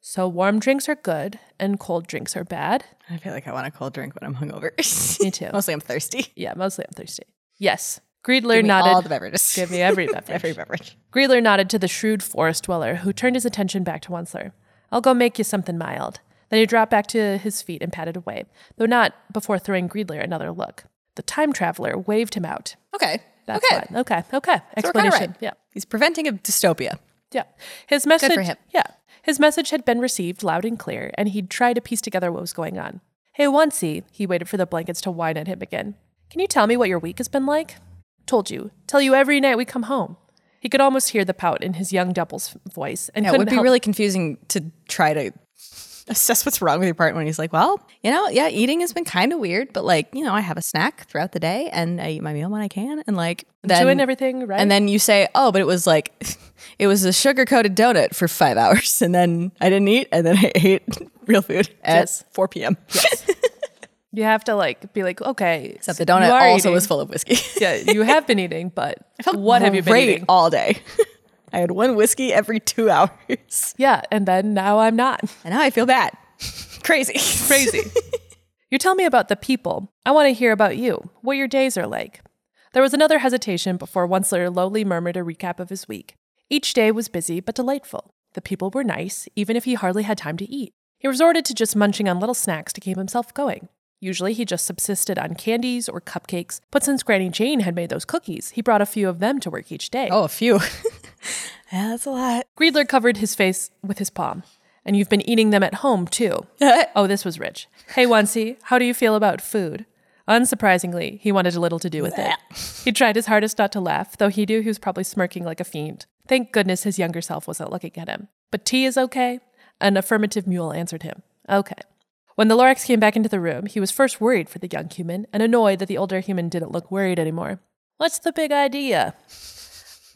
So warm drinks are good and cold drinks are bad.
I feel like I want a cold drink when I'm hungover.
Me too.
Mostly I'm thirsty.
yeah, mostly I'm thirsty. Yes. Greedler
Give me
nodded.
all the beverages.
Give me every beverage.
Every beverage.
Greedler nodded to the shrewd forest dweller, who turned his attention back to Onceler. I'll go make you something mild. Then he dropped back to his feet and patted away, though not before throwing Greedler another look. The time traveler waved him out.
Okay.
That's
okay.
fine. Okay. Okay.
So we're kinda
Explanation.
right.
Yeah.
He's preventing a dystopia.
Yeah. His message
him.
Yeah. His message had been received loud and clear, and he'd tried to piece together what was going on. Hey, Wansey, he waited for the blankets to whine at him again. Can you tell me what your week has been like? Told you. Tell you every night we come home. He could almost hear the pout in his young double's voice and
Yeah, it
couldn't
would be
help-
really confusing to try to assess what's wrong with your partner when he's like, well, you know, yeah, eating has been kind of weird, but like, you know, I have a snack throughout the day and I eat my meal when I can. And like, then,
doing everything right.
and then you say, oh, but it was like, it was a sugar coated donut for five hours. And then I didn't eat. And then I ate real food at
Yes.
4 p.m.
you have to like be like, okay.
Except the donut also was full of whiskey.
Yeah, you have been eating, but what have you been
Great
eating?
all day? I had one whiskey every two hours.
Yeah, and then now I'm not.
And now I feel bad. Crazy.
Crazy. you tell me about the people. I want to hear about you, what your days are like. There was another hesitation before Onceler lowly murmured a recap of his week. Each day was busy but delightful. The people were nice, even if he hardly had time to eat. He resorted to just munching on little snacks to keep himself going. Usually he just subsisted on candies or cupcakes, but since Granny Jane had made those cookies, he brought a few of them to work each day.
Oh, a few. yeah, that's a lot.
Greedler covered his face with his palm. And you've been eating them at home too. oh, this was rich. Hey, Wansy, how do you feel about food? Unsurprisingly, he wanted little to do with it. He tried his hardest not to laugh, though he knew he was probably smirking like a fiend. Thank goodness his younger self wasn't looking at him. But tea is okay? An affirmative mule answered him. Okay. When the Lorax came back into the room, he was first worried for the young human and annoyed that the older human didn't look worried anymore. What's the big idea?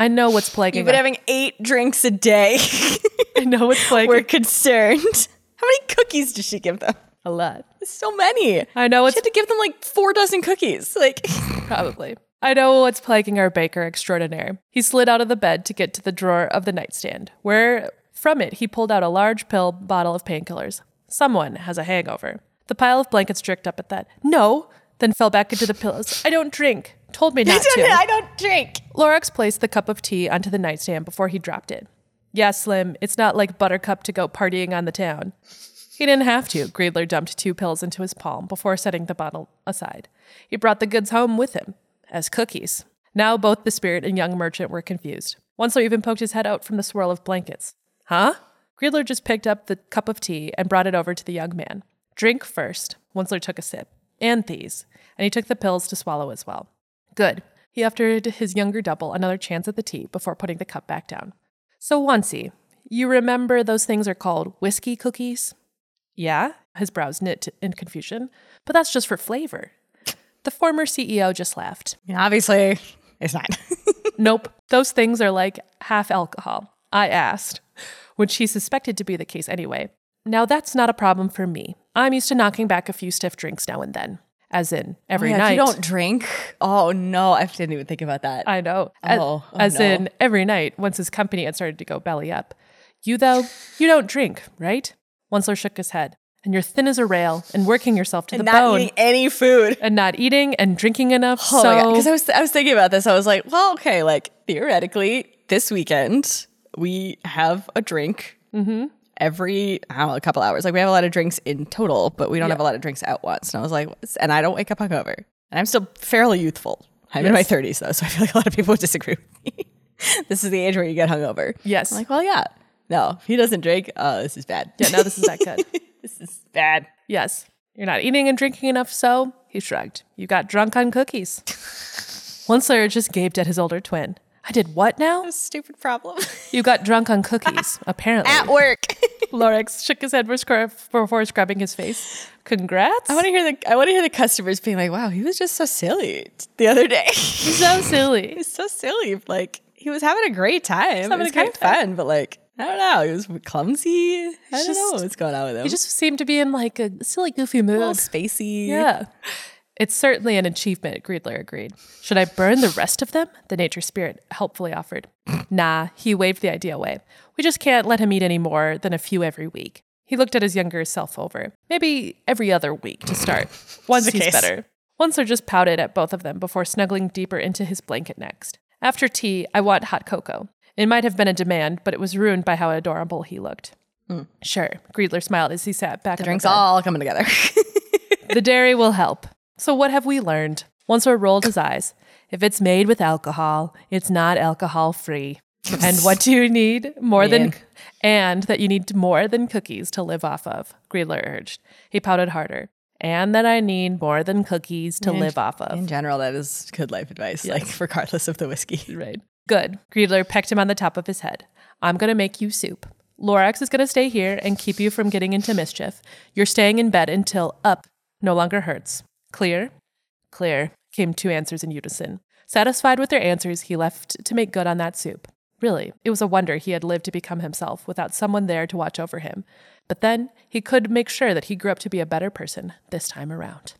I know what's plaguing
You've been
our-
having eight drinks a day.
I know what's plaguing
We're concerned. How many cookies did she give them?
a lot.
So many.
I know
She
it's
had to give them like four dozen cookies. Like,
Probably. I know what's plaguing our baker extraordinaire. He slid out of the bed to get to the drawer of the nightstand, where from it he pulled out a large pill bottle of painkillers. Someone has a hangover. The pile of blankets jerked up at that. No, then fell back into the pillows. I don't drink. Told me not to.
I don't drink.
Lorax placed the cup of tea onto the nightstand before he dropped it. Yeah, Slim, it's not like Buttercup to go partying on the town. He didn't have to. Greedler dumped two pills into his palm before setting the bottle aside. He brought the goods home with him as cookies. Now both the spirit and young merchant were confused. Once even poked his head out from the swirl of blankets. Huh? Greedler just picked up the cup of tea and brought it over to the young man. Drink first. Winsler took a sip. And these. And he took the pills to swallow as well. Good. He offered his younger double another chance at the tea before putting the cup back down. So, Wansy, you remember those things are called whiskey cookies? Yeah, his brows knit in confusion, but that's just for flavor. The former CEO just laughed.
Obviously, it's not.
Nope, those things are like half alcohol. I asked, which he suspected to be the case anyway. Now that's not a problem for me. I'm used to knocking back a few stiff drinks now and then, as in every
Yeah, if
night.
you don't drink. Oh no, I didn't even think about that.
I know. As,
Oh, oh
as
no.
in every night, once his company had started to go belly up. You though, you don't drink, right? Onceler shook his head. And you're thin as a rail and working yourself to the
not
bone
eating any food.
and not eating and drinking enough.
Oh my god!
so
Because I was I was thinking about this. I was like, well, okay, like theoretically, this weekend we have a drink every I don't know, a couple hours. Like we have a lot of drinks in total, but we don't have a lot of drinks at once. And I was like, and I don't wake up hungover, and I'm still fairly youthful. I'm in my 30s though, so I feel like a lot of people would disagree with me. this is the age where you get hungover.
Yes.
I'm like, well, yeah. No, if he doesn't drink. Oh, this is bad.
yeah, now this is that good.
this is bad.
Yes. You're not eating and drinking enough, so he shrugged. You got drunk on cookies. Onceler just gaped at his older twin. I did what now?
Stupid problem.
You got drunk on cookies, apparently.
at work.
Lorax shook his head before scra- before scrubbing his face. Congrats.
I want to hear the I want to hear the customers being like, "Wow, he was just so silly the other day. He's
so silly.
so silly. Like he was having a great time. It
having
was
a
kind
great
of fun, but like I don't know, he was clumsy. I don't know
just-
what's going on with him.
He just seemed to be in like a silly, goofy mood.
a little spacey.
yeah. It's certainly an achievement, Greedler agreed. Should I burn the rest of them? The nature spirit helpfully offered. Nah, he waved the idea away. We just can't let him eat any more than a few every week. He looked at his younger self over. Maybe every other week to start. Once
the
he's
case.
better. Onceler just pouted at both of them before snuggling deeper into his blanket next. After tea, I want hot cocoa. It might have been a demand, but it was ruined by how adorable he looked. Sure, Greedler smiled as he sat back. on The
drinks
bed
all coming together.
the dairy will help. So, what have we learned? Onceler rolled his eyes. If it's made with alcohol, it's not alcohol free. And what do you need more than,
Man.
and that you need more than cookies to live off of? Greedler urged. He pouted harder. And that I need more than cookies to live off of.
In general, that is good life advice. Like regardless of the whiskey.
Right. Good. Greedler pecked him on the top of his head. I'm going to make you soup. Lorax is going to stay here and keep you from getting into mischief. You're staying in bed until up no longer hurts. Clear? Clear, came two answers in unison. Satisfied with their answers, he left to make good on that soup. Really, it was a wonder he had lived to become himself without someone there to watch over him. But then he could make sure that he grew up to be a better person this time around.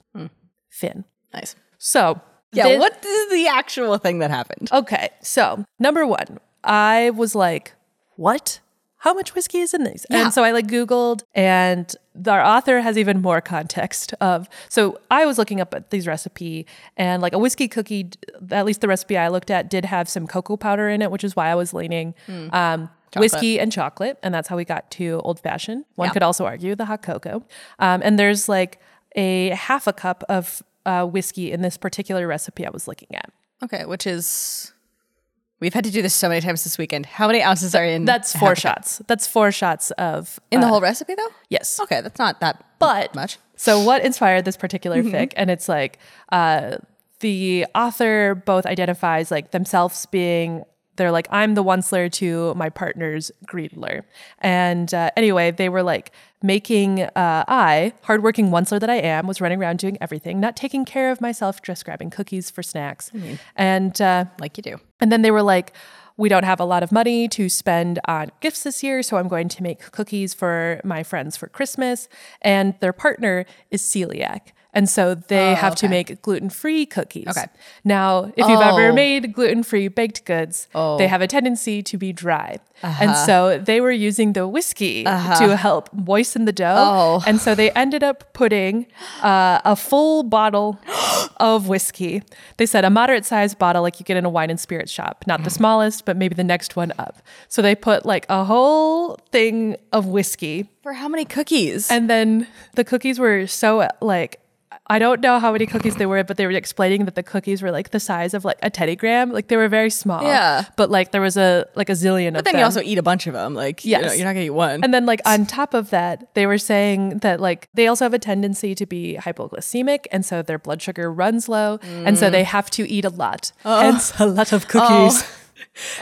Finn.
Nice.
So,
Hmm. Yeah.
thi-
what is the actual thing that happened?
Okay, so number one, I was like, what? How much whiskey is in these? And so I like Googled, and our author has even more context of. So I was looking up at these recipe, and like a whiskey cookie, at least the recipe I looked at did have some cocoa powder in it, which is why I was leaning um, whiskey and chocolate, and that's how we got to old fashioned. One could also argue the hot cocoa, um, and there's like a half a cup of uh, whiskey in this particular recipe I was looking at.
Okay, which is We've had to do this so many times this weekend. How many ounces are in?
That's
how-
four shots. That's four shots of
in the
uh,
whole recipe, though.
Yes.
Okay, that's not that
But
much.
So what inspired this particular fic? And it's like uh, the author both identifies like themselves being they're like I'm the onceler to my partner's greedler. And uh, anyway, they were like making uh, I hardworking onceler that I am was running around doing everything, not taking care of myself, just grabbing cookies for snacks, and. Uh,
Like you do.
and then they were like, we don't have a lot of money to spend on gifts this year, so I'm going to make cookies for my friends for Christmas. And their partner is celiac. And so they have to make gluten free cookies.
Oh, Okay.
Now, if you've ever
Oh.
made gluten free baked goods, they have a tendency to be dry. And
Uh-huh.
so they were using the whiskey to help moisten the dough.
Oh.
And so they ended up putting uh, a full bottle of whiskey. They said a moderate sized bottle, like you get in a wine and spirit shop, not the
Mm.
smallest, but maybe the next one up. So they put like a whole thing of whiskey.
For how many cookies?
And then the cookies were so like, I don't know how many cookies they were, but they were explaining that the cookies were like the size of like a Teddy Graham. Like they were very small.
Yeah.
But like there was a like a zillion of
but then
them.
you also eat a bunch of them. Like, you
Yes.
know, you're not gonna eat one.
And then, like, on top of that, they were saying that, like, they also have a tendency to be hypoglycemic. And so their blood sugar runs low. And so they
Mm.
have to eat a lot.
Oh.
Hence, a lot of cookies.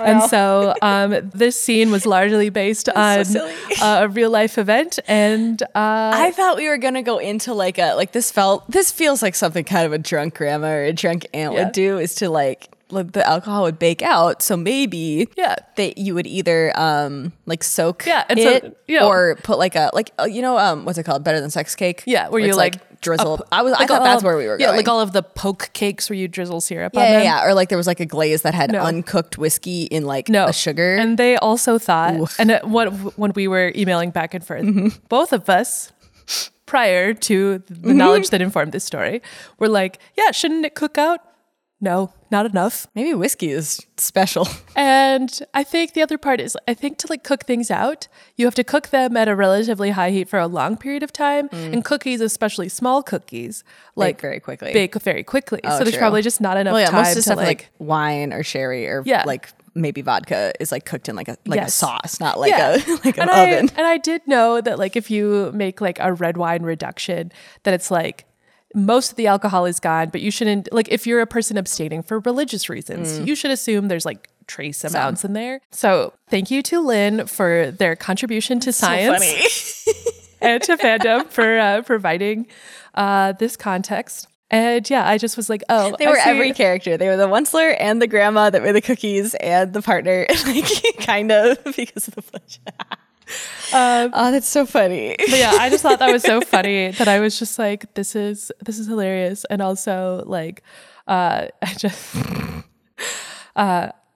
And so um, this scene was largely based on
silly.
uh, a real life event. And uh,
I thought we were gonna go into like a like this felt this feels like something kind of a drunk grandma or a drunk aunt
Yeah.
would do is to like let the alcohol would bake out. So maybe
Yeah.
that you would either um like soak
Yeah, and so,
it
you know-
or put like a like uh, you know um what's it called better than sex cake
yeah, where
it's
you like,
drizzle.
up-
I was I
like
thought
all
that's
of-
where we were
Yeah,
going.
like all of the poke cakes where you drizzle syrup on
yeah, yeah,
them.
yeah. or like there was like a glaze that had
No.
uncooked whiskey in like
no
a sugar.
And they also thought, and it, what when we were emailing back and forth,
Mm-hmm.
both of us prior to the
Mm-hmm.
knowledge that informed this story were like, yeah, shouldn't it cook out? No, not enough.
Maybe whiskey is special.
And I think the other part is I think to like cook things out, you have to cook them at a relatively high heat for a long period of time.
Mm.
And cookies, especially small cookies, like
very quickly.
bake very quickly. so there's
Oh, true.
probably just not enough
Well, yeah,
time
most of the
to
stuff
like,
like, wine or sherry or
Yeah.
like maybe vodka is like cooked in like a like a
Yes.
sauce, not like a like an
and
oven.
I, and I did know that like if you make like a red wine reduction, that it's like most of the alcohol is gone, but you shouldn't like if you're a person abstaining for religious reasons,
Mm.
you should assume there's like trace amounts in there. So thank you to Lynn for their contribution to science and to fandom for uh, providing uh, this context. And yeah, I just was like, oh,
They
I
were
see-
every character. They were the onceler and the grandma that made the cookies and the partner, like kind of because of the flesh. oh, that's so funny.
But yeah, I just thought that was so funny that I was just like, this is this is hilarious, and also like, uh, I just. Uh,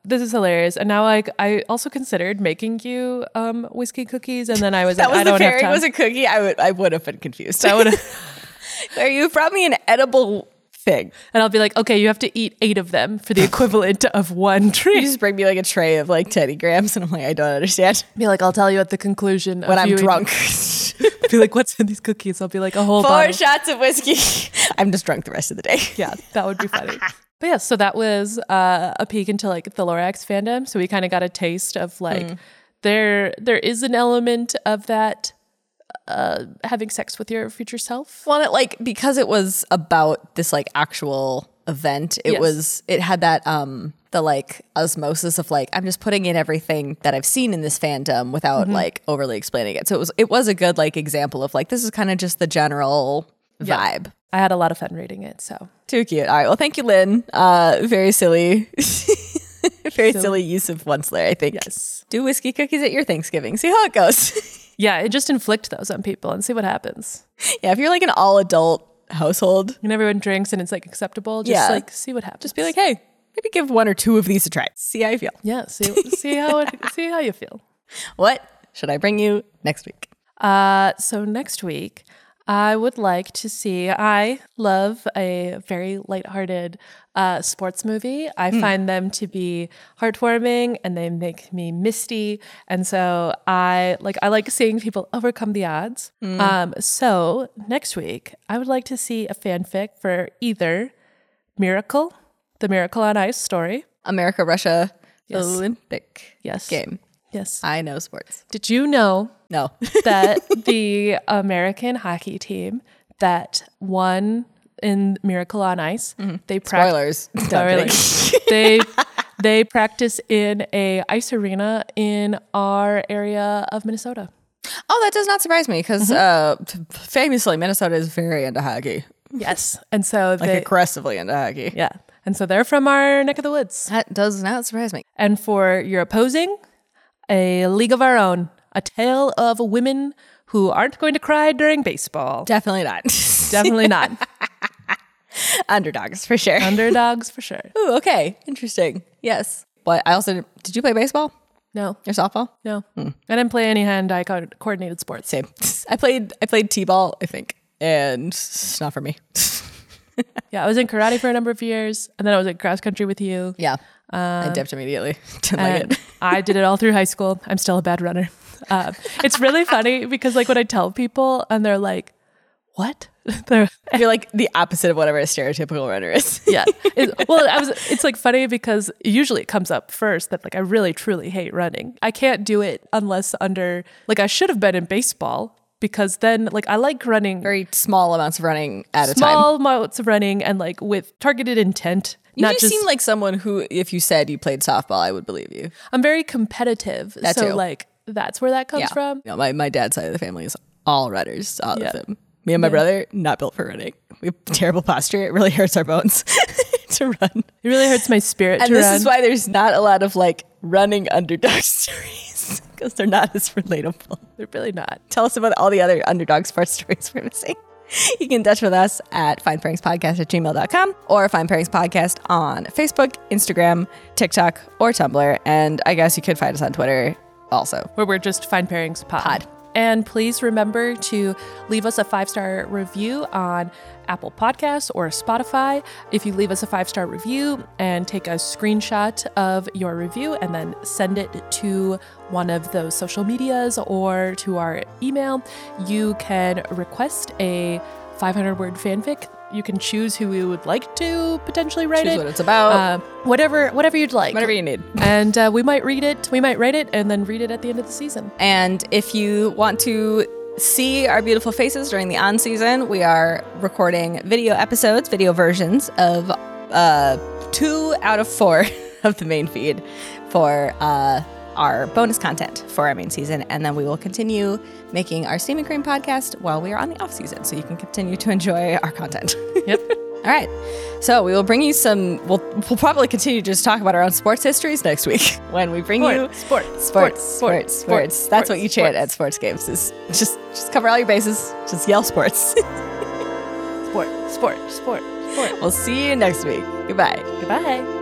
this is hilarious, and now like I also considered making you um whiskey cookies, and then I was like,
That was
I
the
don't have
pairing
time.
was a cookie. I would I would have been confused.
I would-
Claire, you brought me an edible thing.
and I'll be like, okay, you have to eat eight of them for the equivalent of one
You
tree.
just bring me like a tray of like Teddy grams, and I'm like, I don't understand.
Be like, I'll tell you at the conclusion
When
of
I'm
you eating-
drunk,
Be like, what's in these cookies? I'll be like a whole
four
bottle.
shots of whiskey. I'm just drunk the rest of the day.
yeah, that would be funny. But yeah, so that was uh, a peek into like the Lorax fandom. So we kind of got a taste of like
Mm.
there there is an element of that uh, having sex with your future self.
Well, and it like because it was about this like actual event, it
Yes.
was it had that um the like osmosis of like I'm just putting in everything that I've seen in this fandom without like overly explaining it. So it was it was a good like example of like this is kind of just the general vibe.
I had a lot of fun reading it. So
Too cute. All right. Well, thank you, Lynn. Uh, very silly. Very silly use of Onceler, I think.
Yes.
Do whiskey cookies at your Thanksgiving. See how it goes.
yeah, it just inflict those on people and see what happens.
yeah, if you're like an all adult household,
And everyone drinks and it's like acceptable. Just
Yeah.
like see what happens. Just
be like, hey, maybe give one or two of these a try. See how you feel.
yeah, see see how it, see how you feel.
What should I bring you next week?
Uh, so next week, I would like to see. I love a very lighthearted uh, sports movie. I find them to be heartwarming and they make me misty. And so I like I like seeing people overcome the odds. Um, so next week, I would like to see a fanfic for either Miracle, the Miracle on Ice story,
America, Russia,
Yes.
Olympic
Yes.
game.
Yes.
I know sports.
Did you know
No.
that the American hockey team that won in Miracle on Ice, they prac-
Spoilers. No, I'm Mm-hmm. kidding.
Spoilers. they they practice in a ice arena in our area of Minnesota.
Oh, that does not surprise me because
Mm-hmm.
uh, famously, Minnesota is very into hockey,
Yes, and so
like
they
aggressively into hockey.
yeah, and so they're from our neck of the woods.
That does not surprise me.
And for your opposing, a league of our own, a tale of women who aren't going to cry during baseball.
Definitely not.
Definitely not
Underdogs for
Um,
sure.
underdogs for sure.
Ooh, okay. Interesting. Yes. But I also didn't- did you play baseball
No,
or softball?
no,
Hmm.
I didn't play any hand-eye co- coordinated sports.
Same. I played I played T ball, I think. And it's not for me.
Yeah, I was in karate for a number of years, and then I was at cross country with you.
Yeah. I dipped immediately. Didn't like
And
it.
I did it all through high school. I'm still a bad runner. Um, it's really funny because like when I tell people and they're like, "What?" They're
You're like the opposite of whatever a stereotypical runner is.
yeah. It- well, I was. It's like funny because usually it comes up first that like I really truly hate running. I can't do it unless under like I should have been in baseball because then like I like running
Very small amounts of running at a time.
small amounts of running and like with targeted intent.
You
not
do
just
seem like someone who, if you said you played softball, I would believe you.
I'm very competitive.
That
so
too.
like that's where that comes
Yeah.
from.
You know, my, my dad's side of the family is all runners, all
Yeah.
of them. Me and my brother, not built for running. We have terrible posture. It really hurts our bones to run.
It really hurts my spirit
And
to
this
run.
is why there's not a lot of like running underdog stories because they're not as relatable.
They're really not.
Tell us about all the other underdog sports stories we're missing. You can touch with us at findpairingspodcast at gmail.com or Find Pairings Podcast on Facebook, Instagram, TikTok, or Tumblr. And I guess you could find us on Twitter also.
where we're just Fine Pairings Pod.
Pod.
And please remember to leave us a five star review on Apple Podcasts or Spotify. If you leave us a five star review and take a screenshot of your review and then send it to one of those social medias or to our email, you can request a 500 word fanfic. You can choose who you would like to potentially write
Choose
it.
what it's about.
Uh, whatever, whatever you'd like.
Whatever you need.
And uh, we might read it, we might write it, and then read it at the end of the season.
And if you want to see our beautiful faces during the on season, we are recording video episodes, video versions of uh, two out of four of the main feed for uh, our bonus content for our main season. And then we will continue making our Steam and Cream podcast while we are on the off season. So you can continue to enjoy our content.
Yep.
All right. So we will bring you some. We'll, we'll probably continue to just talk about our own sports histories next week when we bring you
Sport, sport,
sports,
sport,
sports, sports,
sport,
That's
sports,
what you chant
sports.
at sports games. Is just just cover all your bases. Just yell sports.
sport, sport, sport, sport.
we'll see you next week. Goodbye.
Goodbye.